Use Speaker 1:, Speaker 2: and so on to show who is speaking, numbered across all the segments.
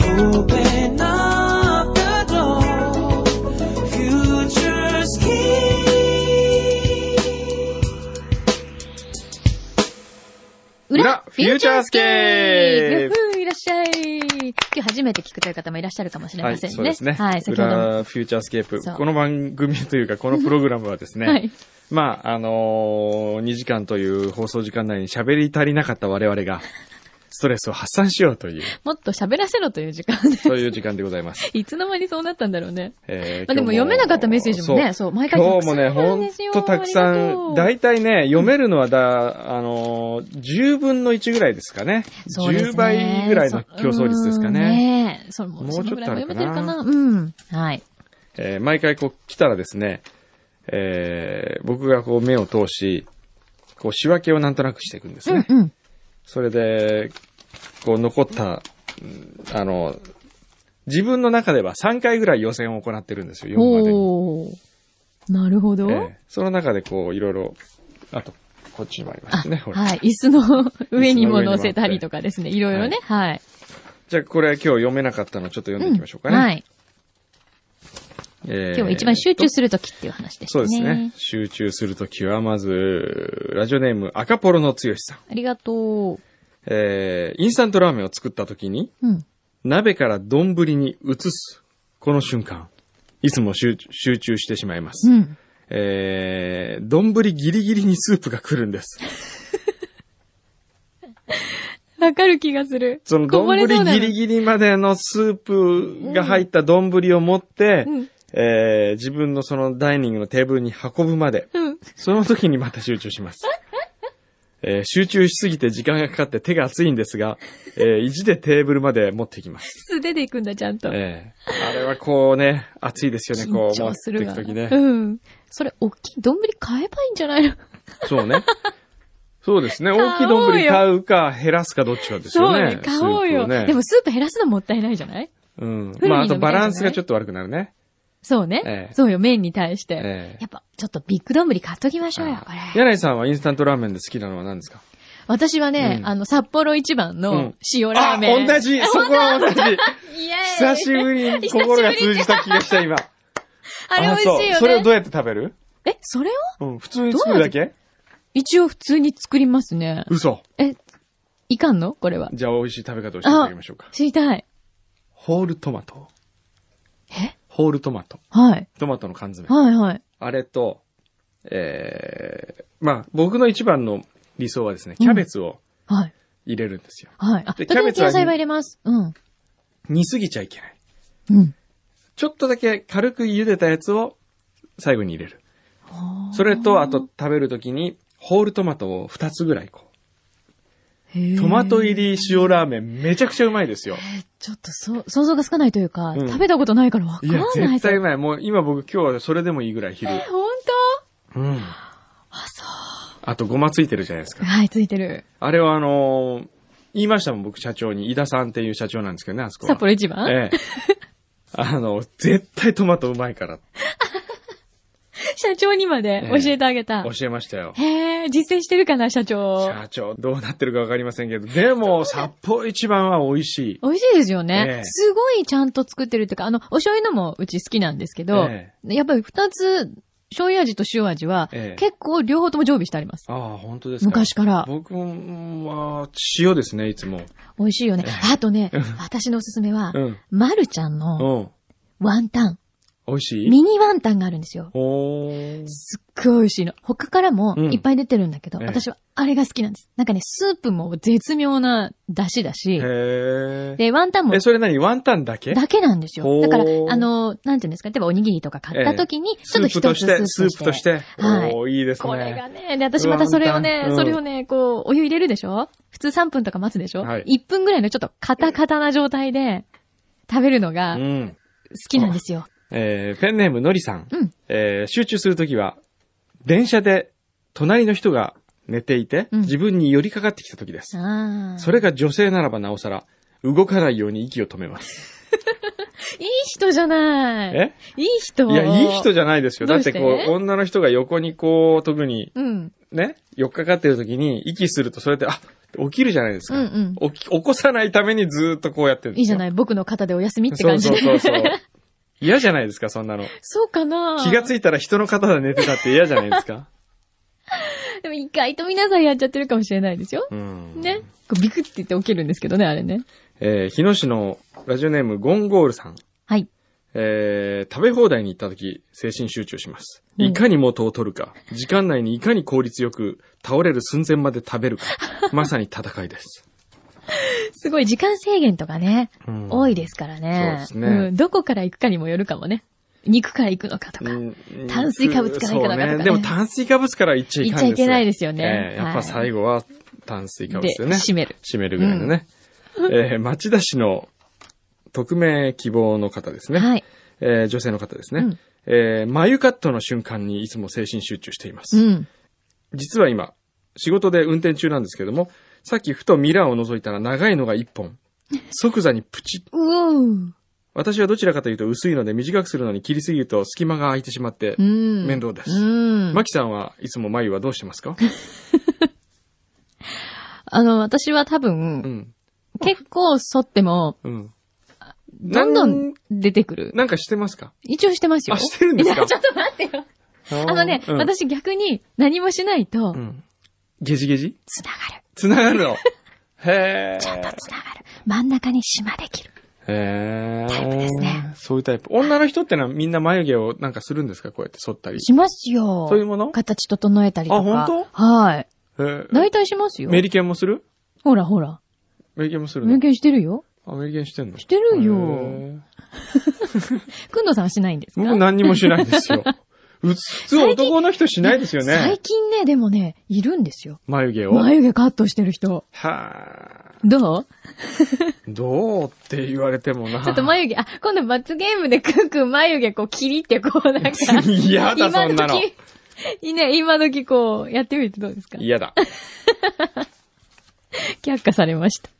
Speaker 1: Open up the door. Future's key.
Speaker 2: 裏フューチャースケープ
Speaker 3: ゆっふーいらっしゃい今日初めて聞くという方もいらっしゃるかもしれ
Speaker 2: は
Speaker 3: ま
Speaker 2: い、
Speaker 3: せんね。
Speaker 2: そうですね。
Speaker 3: はい、先ほども。
Speaker 2: 裏フューチャースケープ
Speaker 3: そう。
Speaker 2: この番組というか、このプログラムはです ね、
Speaker 3: はい。
Speaker 2: まあ、あのー、2時間という放送時間内に喋り足りなかった我々が、ストレスを発散しようという、
Speaker 3: もっと喋らせろという時間で。
Speaker 2: そういう時間でござ います。
Speaker 3: いつの間にそうなったんだろうね。
Speaker 2: え
Speaker 3: まあでも読めなかったメッセージもね、そ
Speaker 2: そう
Speaker 3: う、毎回
Speaker 2: 今日もね、
Speaker 3: たくさんある
Speaker 2: ほ
Speaker 3: ん
Speaker 2: ん
Speaker 3: ですよ
Speaker 2: とたくさ
Speaker 3: ありがと
Speaker 2: ん、
Speaker 3: う
Speaker 2: だいたいね、読めるのはだ、あのー、10分の1ぐらいですかね。
Speaker 3: そうですね
Speaker 2: 10倍ぐらいの競争率です
Speaker 3: そ
Speaker 2: か
Speaker 3: ううん
Speaker 2: ね。
Speaker 3: ねえ。それも、
Speaker 2: もう
Speaker 3: その
Speaker 2: ちょ
Speaker 3: ぐ
Speaker 2: っ
Speaker 3: ら
Speaker 2: と
Speaker 3: いは
Speaker 2: ある
Speaker 3: 読め
Speaker 2: かな
Speaker 3: てるかなうん。はい。
Speaker 2: えー毎回こう来たらですね、えー僕がこう目を通し、こう仕分けをなんとなくしていくんです
Speaker 3: う
Speaker 2: ね
Speaker 3: ん。うん。
Speaker 2: それで、こう残った、うんあの、自分の中では3回ぐらい予選を行ってるんですよ、4までに。
Speaker 3: おー。なるほど。
Speaker 2: ええその中でこういろいろ、あと、こっちにもありま
Speaker 3: あ、
Speaker 2: すね、ほら。
Speaker 3: はい。椅 子の上にも
Speaker 2: 椅子の上にもあ
Speaker 3: 乗
Speaker 2: って
Speaker 3: せたりとかですね。いろいろね。はい。
Speaker 2: じゃあこれは今日読めなかったのちょっと読んでいきましょうかね。
Speaker 3: はい。
Speaker 2: えー
Speaker 3: 今日一番集中するときっていう話でした
Speaker 2: そう
Speaker 3: ね。
Speaker 2: ですね。。集中するときはまず、ラジオネーム赤ポロの強しさん。
Speaker 3: ありがと
Speaker 2: えーインスタントラーメンを作ったときに、
Speaker 3: う。うん。
Speaker 2: 鍋から丼に移す。この瞬間。いつも集集中してしまいます。
Speaker 3: うん。
Speaker 2: えー、丼ギリギリにスープが来るんです。
Speaker 3: わかる気がする。
Speaker 2: その
Speaker 3: こぼ
Speaker 2: 丼
Speaker 3: れそうな
Speaker 2: ギリギリまでのスープが入った丼を持って、
Speaker 3: うん。
Speaker 2: えー、自分のそのダイニングのテーブルに運ぶまで、
Speaker 3: うん。
Speaker 2: その時にまた集中します。えー集中しすぎて時間がかかって手が熱いんですが、えー、意地でテーブルまで持ってきます。
Speaker 3: 素手でいくんだ、ちゃんと。
Speaker 2: ええあれはこうね、熱いですよね、
Speaker 3: 緊
Speaker 2: こう、持
Speaker 3: 張
Speaker 2: っ
Speaker 3: す
Speaker 2: て
Speaker 3: る
Speaker 2: い
Speaker 3: わ。
Speaker 2: くときね。
Speaker 3: うん。それ、大きい、丼買えばいいんじゃないの
Speaker 2: そうね。そうです ね。
Speaker 3: 買おうよ
Speaker 2: 大きい丼買うか減らすかどっちかですよね。
Speaker 3: 買おうよ。
Speaker 2: スープをね、
Speaker 3: でも、スープ減らすのもったいないじゃない
Speaker 2: うん。
Speaker 3: 風味
Speaker 2: まあ、
Speaker 3: の
Speaker 2: あとバランス
Speaker 3: ね
Speaker 2: がちょっと悪くなるね。
Speaker 3: そうね、
Speaker 2: ええ
Speaker 3: そうよ、麺に対して。
Speaker 2: ええ
Speaker 3: やっぱ、ちょっとビッグ丼買っときましょうよ、これ。
Speaker 2: 柳井さんはインスタントラーメンで好きなのは何ですか
Speaker 3: 私はね、
Speaker 2: うん
Speaker 3: あの、札幌一番
Speaker 2: う
Speaker 3: の
Speaker 2: ん
Speaker 3: 塩ラーメン。
Speaker 2: あ、同じそこは同
Speaker 3: イ
Speaker 2: じ
Speaker 3: エーイ
Speaker 2: 久しぶりに心が通じた気がした、今。
Speaker 3: あれ美味しいよね。
Speaker 2: あそうそれをどうやって食べる
Speaker 3: え、それを
Speaker 2: うん、普通に作るだけ
Speaker 3: 一応普通に作りますね。
Speaker 2: 嘘。
Speaker 3: え、いかんのこれは。
Speaker 2: じゃあ、美味しい食べ方をしていただきましょうか。
Speaker 3: 知りたい。
Speaker 2: ホールトマト。
Speaker 3: え
Speaker 2: ホールトマト。
Speaker 3: はい。
Speaker 2: トマトの缶詰。
Speaker 3: はいはい。
Speaker 2: あれと、ええまあ、僕の一番の理想はですね、キャベツを
Speaker 3: はい。
Speaker 2: 入れるんですよ。
Speaker 3: はい。あ、と
Speaker 2: で
Speaker 3: りあえず
Speaker 2: キャベ
Speaker 3: 野
Speaker 2: ツは
Speaker 3: 菜は入れます。うん。
Speaker 2: 煮すぎちゃいけない。
Speaker 3: うん。
Speaker 2: ちょっとだけ軽く茹でたやつを最後に入れる。それと、あと食べるときに、ホールトマトを2つぐらいこう。トマト入
Speaker 3: り。
Speaker 2: り塩ラーメンめちゃくちゃうまいですよ。
Speaker 3: ちょっとそ、想像がつかないというか、
Speaker 2: うん
Speaker 3: 食べたことないからわかん
Speaker 2: い
Speaker 3: な
Speaker 2: や、
Speaker 3: い
Speaker 2: 絶対う
Speaker 3: そ
Speaker 2: まい。もう今僕今日はそれでもいいぐらい昼
Speaker 3: れ。え、。ほんと
Speaker 2: うん。
Speaker 3: あ、そ
Speaker 2: あとごまついてるじゃないです
Speaker 3: う。
Speaker 2: か。
Speaker 3: はい、ついてる。
Speaker 2: あれはあのー言いましたもん僕社長に、飯田さんっていう社長なんですけどね、あそこは。
Speaker 3: 札幌一番、
Speaker 2: ええ。あの、絶対トマトうまいから
Speaker 3: 社長にまで教えてあげた。
Speaker 2: 教えましたよ。
Speaker 3: へえ、実践してるかな、社長。
Speaker 2: 社長、どうなってるかわかりませんけど、でも、札幌一番は美味しい。
Speaker 3: 美味しいですよね。
Speaker 2: ええ
Speaker 3: すごいちゃんと作ってるっていうか、あの、お醤油のもうち好きなんですけど、
Speaker 2: え
Speaker 3: やっぱり二つ、醤油味と塩味は、
Speaker 2: ええ
Speaker 3: 結構両方とも常備してあります。
Speaker 2: ああ、本当ですか。
Speaker 3: 昔から。
Speaker 2: 僕は、塩ですね、いつも。
Speaker 3: 美味しいよね。あとね、私のおすすめは
Speaker 2: う、ん。
Speaker 3: まるちゃんの
Speaker 2: うん。
Speaker 3: ワンタン、
Speaker 2: 美味しい
Speaker 3: ミニワンタンがあるんですよ。
Speaker 2: おー。
Speaker 3: すっごい美味しいの。他からも
Speaker 2: うん
Speaker 3: いっぱい出てるんだけど、
Speaker 2: ええ
Speaker 3: 私はあれが好きなんです。なんかね、スープも絶妙な出汁だし、
Speaker 2: へえ。
Speaker 3: で、ワンタンも
Speaker 2: え、それ何ワンタンだけ
Speaker 3: だけなんですよ。
Speaker 2: ほー
Speaker 3: だから、あの、なんていうんですか、例えばおにぎりとか買った時に、ち
Speaker 2: ス
Speaker 3: ょっと
Speaker 2: ー
Speaker 3: 一つ
Speaker 2: プ
Speaker 3: スー
Speaker 2: と
Speaker 3: プ
Speaker 2: して、スープとして。
Speaker 3: はい
Speaker 2: おー、いいですね。
Speaker 3: これがね、で、私またそれをね
Speaker 2: う、ん
Speaker 3: それをね、こう、お湯入れるでしょ普通3分とか待つでしょ、
Speaker 2: はい
Speaker 3: ?1 分ぐらいのちょっとカタカタな状態で食べるのが
Speaker 2: う
Speaker 3: 好
Speaker 2: ん。
Speaker 3: きなんですよ。
Speaker 2: えーペンネームのりさん。
Speaker 3: うん
Speaker 2: えー集中するときは、電車で隣の人が寝ていて、
Speaker 3: うん
Speaker 2: 自分に寄りかかってきたときです。
Speaker 3: ああ。
Speaker 2: それが女性ならばなおさら、動かないように息を止めます。
Speaker 3: いい人じゃない。
Speaker 2: え
Speaker 3: いい人。
Speaker 2: いや、いい人じゃないですよ。
Speaker 3: ど
Speaker 2: だ
Speaker 3: う
Speaker 2: っ
Speaker 3: して
Speaker 2: てこう、女の人が横にこう、特に
Speaker 3: うん。
Speaker 2: ね、寄っかかってる時に、息するとそれで、あ、起きるじゃないです
Speaker 3: うん
Speaker 2: か。
Speaker 3: うん。
Speaker 2: 起き起こさないためにずーっとこうやってるんです
Speaker 3: いいじゃないい、僕の肩でお休みって感じで。
Speaker 2: そうそうそうそう。嫌じゃないですか、そんなの。
Speaker 3: そうかな
Speaker 2: 気がついたら人の肩で寝てたって嫌じゃないですか。
Speaker 3: でも意外と皆さんやっちゃってるかもしれないですよ。
Speaker 2: うん。
Speaker 3: ね。こうビクって言って起きるんですけどね、あれね。
Speaker 2: えー日野市のラジオネームゴンゴールさん。
Speaker 3: はい。
Speaker 2: えー食べ放題に行った時、精神集中します。
Speaker 3: うん
Speaker 2: いかに元を取るか、時間内にいかに効率よく倒れる寸前まで 食べるか、まさに戦いです。
Speaker 3: すごい時間制限とかね、
Speaker 2: うん
Speaker 3: 多いですからね。
Speaker 2: そうですね
Speaker 3: ん。どこから行くかにもよるかもね。肉から行くのかとか。
Speaker 2: うん
Speaker 3: 炭水化物かないかな
Speaker 2: そ
Speaker 3: とか
Speaker 2: う
Speaker 3: ね
Speaker 2: でも炭水化物からいっちゃい
Speaker 3: 行
Speaker 2: か
Speaker 3: っ
Speaker 2: ん
Speaker 3: ちゃいけないですよ
Speaker 2: す
Speaker 3: ね。
Speaker 2: えーやっぱ最
Speaker 3: 後
Speaker 2: 後は炭水化物
Speaker 3: で
Speaker 2: ですよね。
Speaker 3: 締める。
Speaker 2: 締めるぐらいのね。えー町田市の匿名希望の方ですね。
Speaker 3: はい。
Speaker 2: えー女性の方ですね。
Speaker 3: うん
Speaker 2: えー眉カットの瞬間にいつも精神集中しています。
Speaker 3: うん。
Speaker 2: 実は今、仕事で運転中なんですけども、さっきふとミラーを覗いたら長いのが1本。 即座にプチッ。
Speaker 3: うおう。
Speaker 2: 私はどちらかというと薄いので短くするのに切りすぎると隙間が空いてしまって
Speaker 3: う、ん。
Speaker 2: 面倒です
Speaker 3: うん。
Speaker 2: マキさんはいつも眉はどうしてますか
Speaker 3: あの、私は多分、
Speaker 2: うん。
Speaker 3: 結構剃っても、
Speaker 2: うん。
Speaker 3: どんどん出てくる。
Speaker 2: なんかしてますか
Speaker 3: 一応してますよ。
Speaker 2: あしてるんですか
Speaker 3: ちょっと待ってよ。あのね、
Speaker 2: うん、
Speaker 3: 私逆に何もしないと
Speaker 2: う、ん。ゲジゲジ
Speaker 3: つながる。
Speaker 2: つな がるの。へえ。
Speaker 3: ちゃんとつながる。真ん中に島できる。
Speaker 2: へー
Speaker 3: タイプですね。
Speaker 2: そういうタイプ。女の人ってのはみんな眉毛をなんかするんですかこうやって剃ったり。
Speaker 3: しますよ。
Speaker 2: そういうもの
Speaker 3: 形整えたりとか。
Speaker 2: あ本
Speaker 3: はい。
Speaker 2: へー
Speaker 3: 大体しますよ。
Speaker 2: メリケンもする
Speaker 3: ほらほら。
Speaker 2: メリケンもする
Speaker 3: メ
Speaker 2: の
Speaker 3: リケンしてるよ。
Speaker 2: あ、メリケンしてんの
Speaker 3: してるよ
Speaker 2: へー
Speaker 3: くんどうさんはしないんですか
Speaker 2: 僕何にもしないで すよ。普通男の人しないですよね
Speaker 3: 最。近ね、でもね、いるんですよ。
Speaker 2: 眉毛を。
Speaker 3: 眉毛カットしてる人。
Speaker 2: はあ。
Speaker 3: どう
Speaker 2: どうって言われてもな。
Speaker 3: ちょっと眉毛、あ、今度罰ゲームでくんくん眉毛こう、キリってこう、なんか。
Speaker 2: 嫌だ、そんなの。
Speaker 3: 今時、ね、今時こう、やってみるとどうですか
Speaker 2: 嫌だ。
Speaker 3: 却下されました。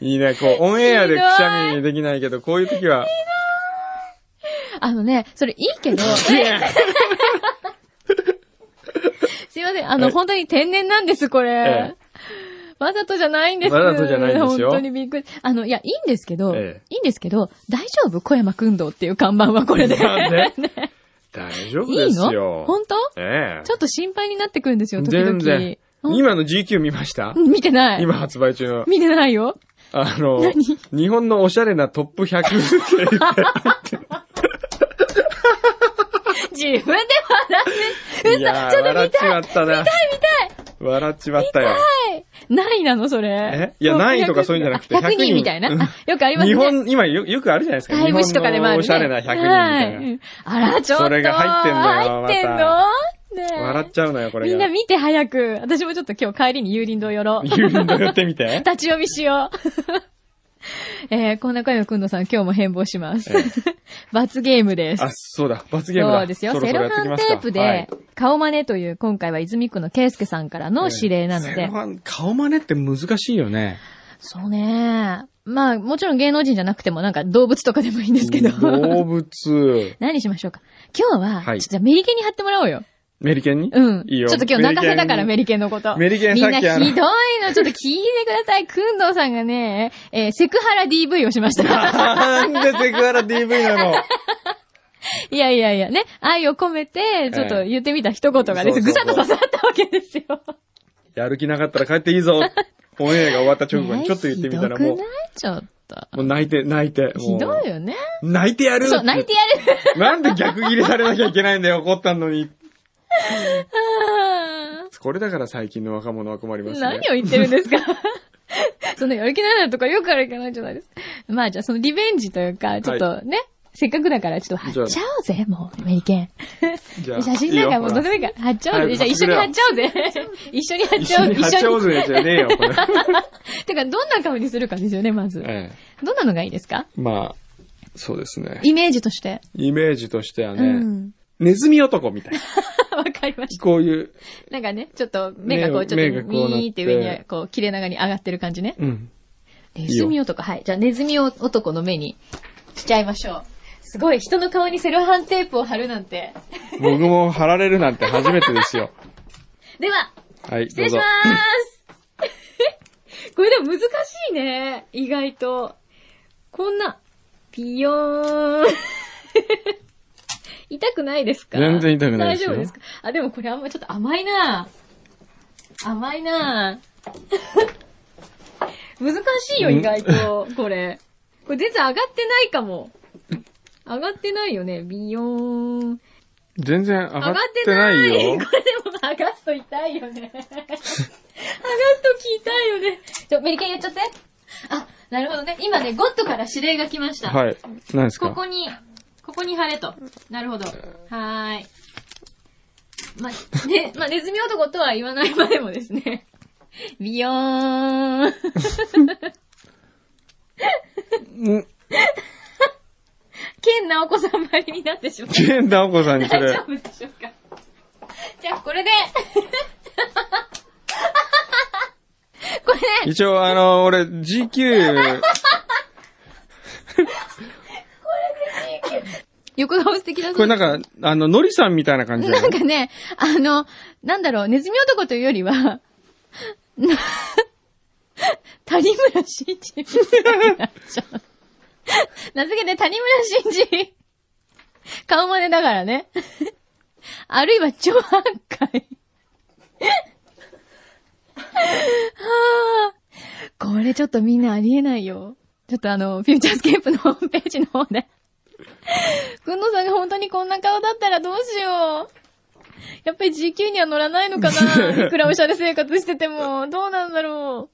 Speaker 2: いいね、こう、オンエアでくしゃみできないけど、こういう時は、
Speaker 3: あのね、それいいけ ど、すいません、あ
Speaker 2: え
Speaker 3: の、本当に天然なんです、これ
Speaker 2: え。
Speaker 3: わざとじゃないんです。
Speaker 2: わざとじゃないんですよ
Speaker 3: 本当にびっくり。あの、いや、いいんですけど、
Speaker 2: え
Speaker 3: いいんですけど、大丈夫小山くんどうっていう看板はこれで。
Speaker 2: なんで大丈夫
Speaker 3: い
Speaker 2: で
Speaker 3: い
Speaker 2: す
Speaker 3: の
Speaker 2: よ。
Speaker 3: 本当
Speaker 2: ええ
Speaker 3: ちょっと心配になってくるんですよ、時々。
Speaker 2: 全然。
Speaker 3: うん
Speaker 2: 今の GQ 見ました
Speaker 3: うん見てない。
Speaker 2: 今発売中の、
Speaker 3: 見てないよ。
Speaker 2: あの、
Speaker 3: 何
Speaker 2: 日本のおしゃれなトップ100っていう
Speaker 3: 自分で笑って。嘘
Speaker 2: いやー
Speaker 3: ちょっと見たい。
Speaker 2: 笑っちまったな。見たい見たい笑っちまったよ。
Speaker 3: ないなの、それ
Speaker 2: え。いやないとかそういうんじゃなくて
Speaker 3: あ100
Speaker 2: 100人
Speaker 3: 人みたいな。
Speaker 2: うん
Speaker 3: あよくありますね。
Speaker 2: 日本、今よよくあるじゃないですか。
Speaker 3: タイム誌とかでもある、ね。
Speaker 2: 日本のおしゃれな100人みたい
Speaker 3: は
Speaker 2: な。
Speaker 3: いあら、ちょっと。
Speaker 2: それが入ってんのよ
Speaker 3: 入ってん
Speaker 2: ま
Speaker 3: のねえ
Speaker 2: 笑っちゃうのよ、これ
Speaker 3: み
Speaker 2: が。
Speaker 3: んな見て早く。私もちょっと今日帰りに有林堂寄 ろう。立
Speaker 2: 言うんだやって みて。
Speaker 3: ち読みしよう。 えー、こんな声のくんのさん、今日も変貌します。
Speaker 2: え
Speaker 3: 罰ゲームです。
Speaker 2: あ、そうだ。罰ゲームだ。
Speaker 3: そうですよ。
Speaker 2: そろそ
Speaker 3: セ
Speaker 2: ろ
Speaker 3: ロ
Speaker 2: やって
Speaker 3: ハ
Speaker 2: き
Speaker 3: ン
Speaker 2: ます
Speaker 3: テ
Speaker 2: か
Speaker 3: ープ
Speaker 2: は
Speaker 3: で
Speaker 2: い、
Speaker 3: 顔真似という今回は泉区の圭介さんからの指令なの
Speaker 2: セ
Speaker 3: で
Speaker 2: ロ。ハン顔真似って難しいよね。
Speaker 3: そうね。まあ、もちろん芸能人じゃなくても、なんか動物とかでもいいんですけど。
Speaker 2: 動物。
Speaker 3: 何しましょうか。今日は、
Speaker 2: はい
Speaker 3: ちょっとじゃあメリケンに貼ってもらおうよ。
Speaker 2: メリケンに
Speaker 3: うん。
Speaker 2: いいよ。
Speaker 3: ちょっと今日泣かせだからメ
Speaker 2: リ
Speaker 3: リケンのこと。
Speaker 2: メリケン
Speaker 3: み
Speaker 2: さっ
Speaker 3: んなひ
Speaker 2: きあ
Speaker 3: ど
Speaker 2: の
Speaker 3: いの、ちょっと聞いてください。くんどうさんが ね、えーセクハラ DV をしました。
Speaker 2: ケンに。なんでセクハラ DV なの
Speaker 3: いやいやいや、ね、愛を込めて、ちょっと言ってみた一言がです。
Speaker 2: ええ
Speaker 3: ぐさっと刺さったわけですよ。
Speaker 2: やる気なかったら帰っていいぞ。オンエアが終わった直後にちょっと言ってみたら
Speaker 3: ね
Speaker 2: も
Speaker 3: ひどく
Speaker 2: う
Speaker 3: な、いちょっと。
Speaker 2: もう泣いて、泣いて。も
Speaker 3: ひ
Speaker 2: う
Speaker 3: どいよね。
Speaker 2: 泣いてやる
Speaker 3: そう、泣いてやる。
Speaker 2: なんで逆切れされなきゃいけないんだよ、怒ったのに。これだから最近の若者は困りますね。
Speaker 3: 何を言ってるん ですかそんなやる気ないなとかよくあるいかないじゃないですか。まあじゃあそのリベンジというか、ちょっとね、せっかくだからちょっと貼っちゃおうぜ、もう、メリケン。
Speaker 2: じ
Speaker 3: 写真なんかもうどう
Speaker 2: い
Speaker 3: でもいい
Speaker 2: いよ
Speaker 3: から貼っちゃおうぜ。
Speaker 2: 早
Speaker 3: じゃあ
Speaker 2: く
Speaker 3: 一緒に貼っちゃおうぜ。 一緒に貼っ
Speaker 2: 一
Speaker 3: ちゃ
Speaker 2: 緒
Speaker 3: おう。
Speaker 2: に
Speaker 3: 一
Speaker 2: 八丁
Speaker 3: 緒に。
Speaker 2: 杖じゃねえよ、これ。
Speaker 3: てか、どんな顔にするかですよね、まず。
Speaker 2: え
Speaker 3: どんなのがいいですか
Speaker 2: え、まあ、そうですね。
Speaker 3: イメージと して。
Speaker 2: イメージとしては
Speaker 3: う
Speaker 2: ね、
Speaker 3: ん。
Speaker 2: ネズミ男みたい な。
Speaker 3: わかりました。
Speaker 2: こういう、
Speaker 3: なんかね、ちょっと目がこう、ちょっ
Speaker 2: 目が
Speaker 3: と
Speaker 2: こうなって
Speaker 3: ミーって上に、こう、切れ長に上がってる感じね。
Speaker 2: うん。
Speaker 3: ネ
Speaker 2: い
Speaker 3: ズ
Speaker 2: よ
Speaker 3: ミ男、はい。じゃあ、ネズミ男の目にしちゃいましょう。すごい、人の顔にセロハンテープを貼るなんて。
Speaker 2: 僕も貼られるなんて初めてで すよ。
Speaker 3: では、
Speaker 2: はい、
Speaker 3: 失
Speaker 2: どう
Speaker 3: 礼し
Speaker 2: ぞ
Speaker 3: ま。ーす これでも難しいね。意外と。こんな、ピヨーン。 痛くないですか
Speaker 2: 全然痛くないですよ
Speaker 3: 大丈夫ですかあ、でもこれあんまちょっと甘いな甘いな 難しいよ、意外と。これ。これ全然上がってないかも。上がってないよね。ビヨーン。
Speaker 2: 全然上
Speaker 3: 上。
Speaker 2: がってない
Speaker 3: これで
Speaker 2: よ
Speaker 3: も剥がすと痛いよね。剥がすとき痛いよね。ちょ、メリケンやっちゃって。あ、なるほどね。今ね、ゴッドから指令が来ました。
Speaker 2: はい。何です
Speaker 3: こ
Speaker 2: か
Speaker 3: こに、ここに貼れと。なるほど。はーい。ま、ね、まあ、ネズミ男とは言わないまでもですね。ビヨ ーン。
Speaker 2: ん
Speaker 3: ケンナオコさんばりになってしまう。
Speaker 2: ケンダオコさんにそ
Speaker 3: 大
Speaker 2: れ
Speaker 3: 丈。夫でしょうか。じゃあ、これで。 これで、
Speaker 2: 一応、あの、俺、GQ、
Speaker 3: 横顔素敵だ
Speaker 2: これなんか、あの、ノリさんみたいな感じだよ
Speaker 3: なんかね、あの、なんだろう、ネズミ男というよりは、 な谷村新司みたいになっちゃう。名付けて谷村新司。顔真似だからね。あるいは超破 壊。はあ。これちょっとみんなありえないよ。ちょっとあの、フューチャースケープのホームページの方で。くんのさんが本当にこんな顔だったらどうしよう。やっぱり GQ には乗らないのかないくらおしゃれ生活してても。どうなんだろ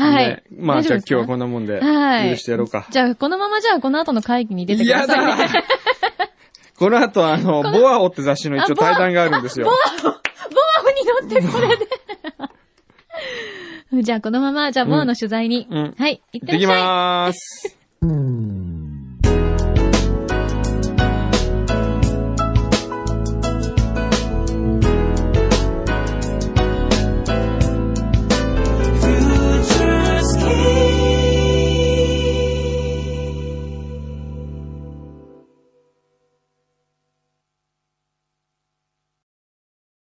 Speaker 3: う。 はい。
Speaker 2: ねまあ、
Speaker 3: 大
Speaker 2: じ
Speaker 3: 丈
Speaker 2: ゃ
Speaker 3: 夫ですか
Speaker 2: あ今日はこんなもんで、
Speaker 3: はい。
Speaker 2: 許してやろうか。
Speaker 3: じゃあ、このままじゃあ、この後の会議に出てください、ね。
Speaker 2: や だこの後、あの、ボアオって雑誌の一応対談があるんですよ。
Speaker 3: ボアに乗ってこ れで。じゃあ、このまま、じゃあ、ボアの取材に。
Speaker 2: うん
Speaker 3: はい、行ってら
Speaker 2: で
Speaker 3: っし
Speaker 2: き
Speaker 3: ゃい。
Speaker 2: まーす。
Speaker 4: うん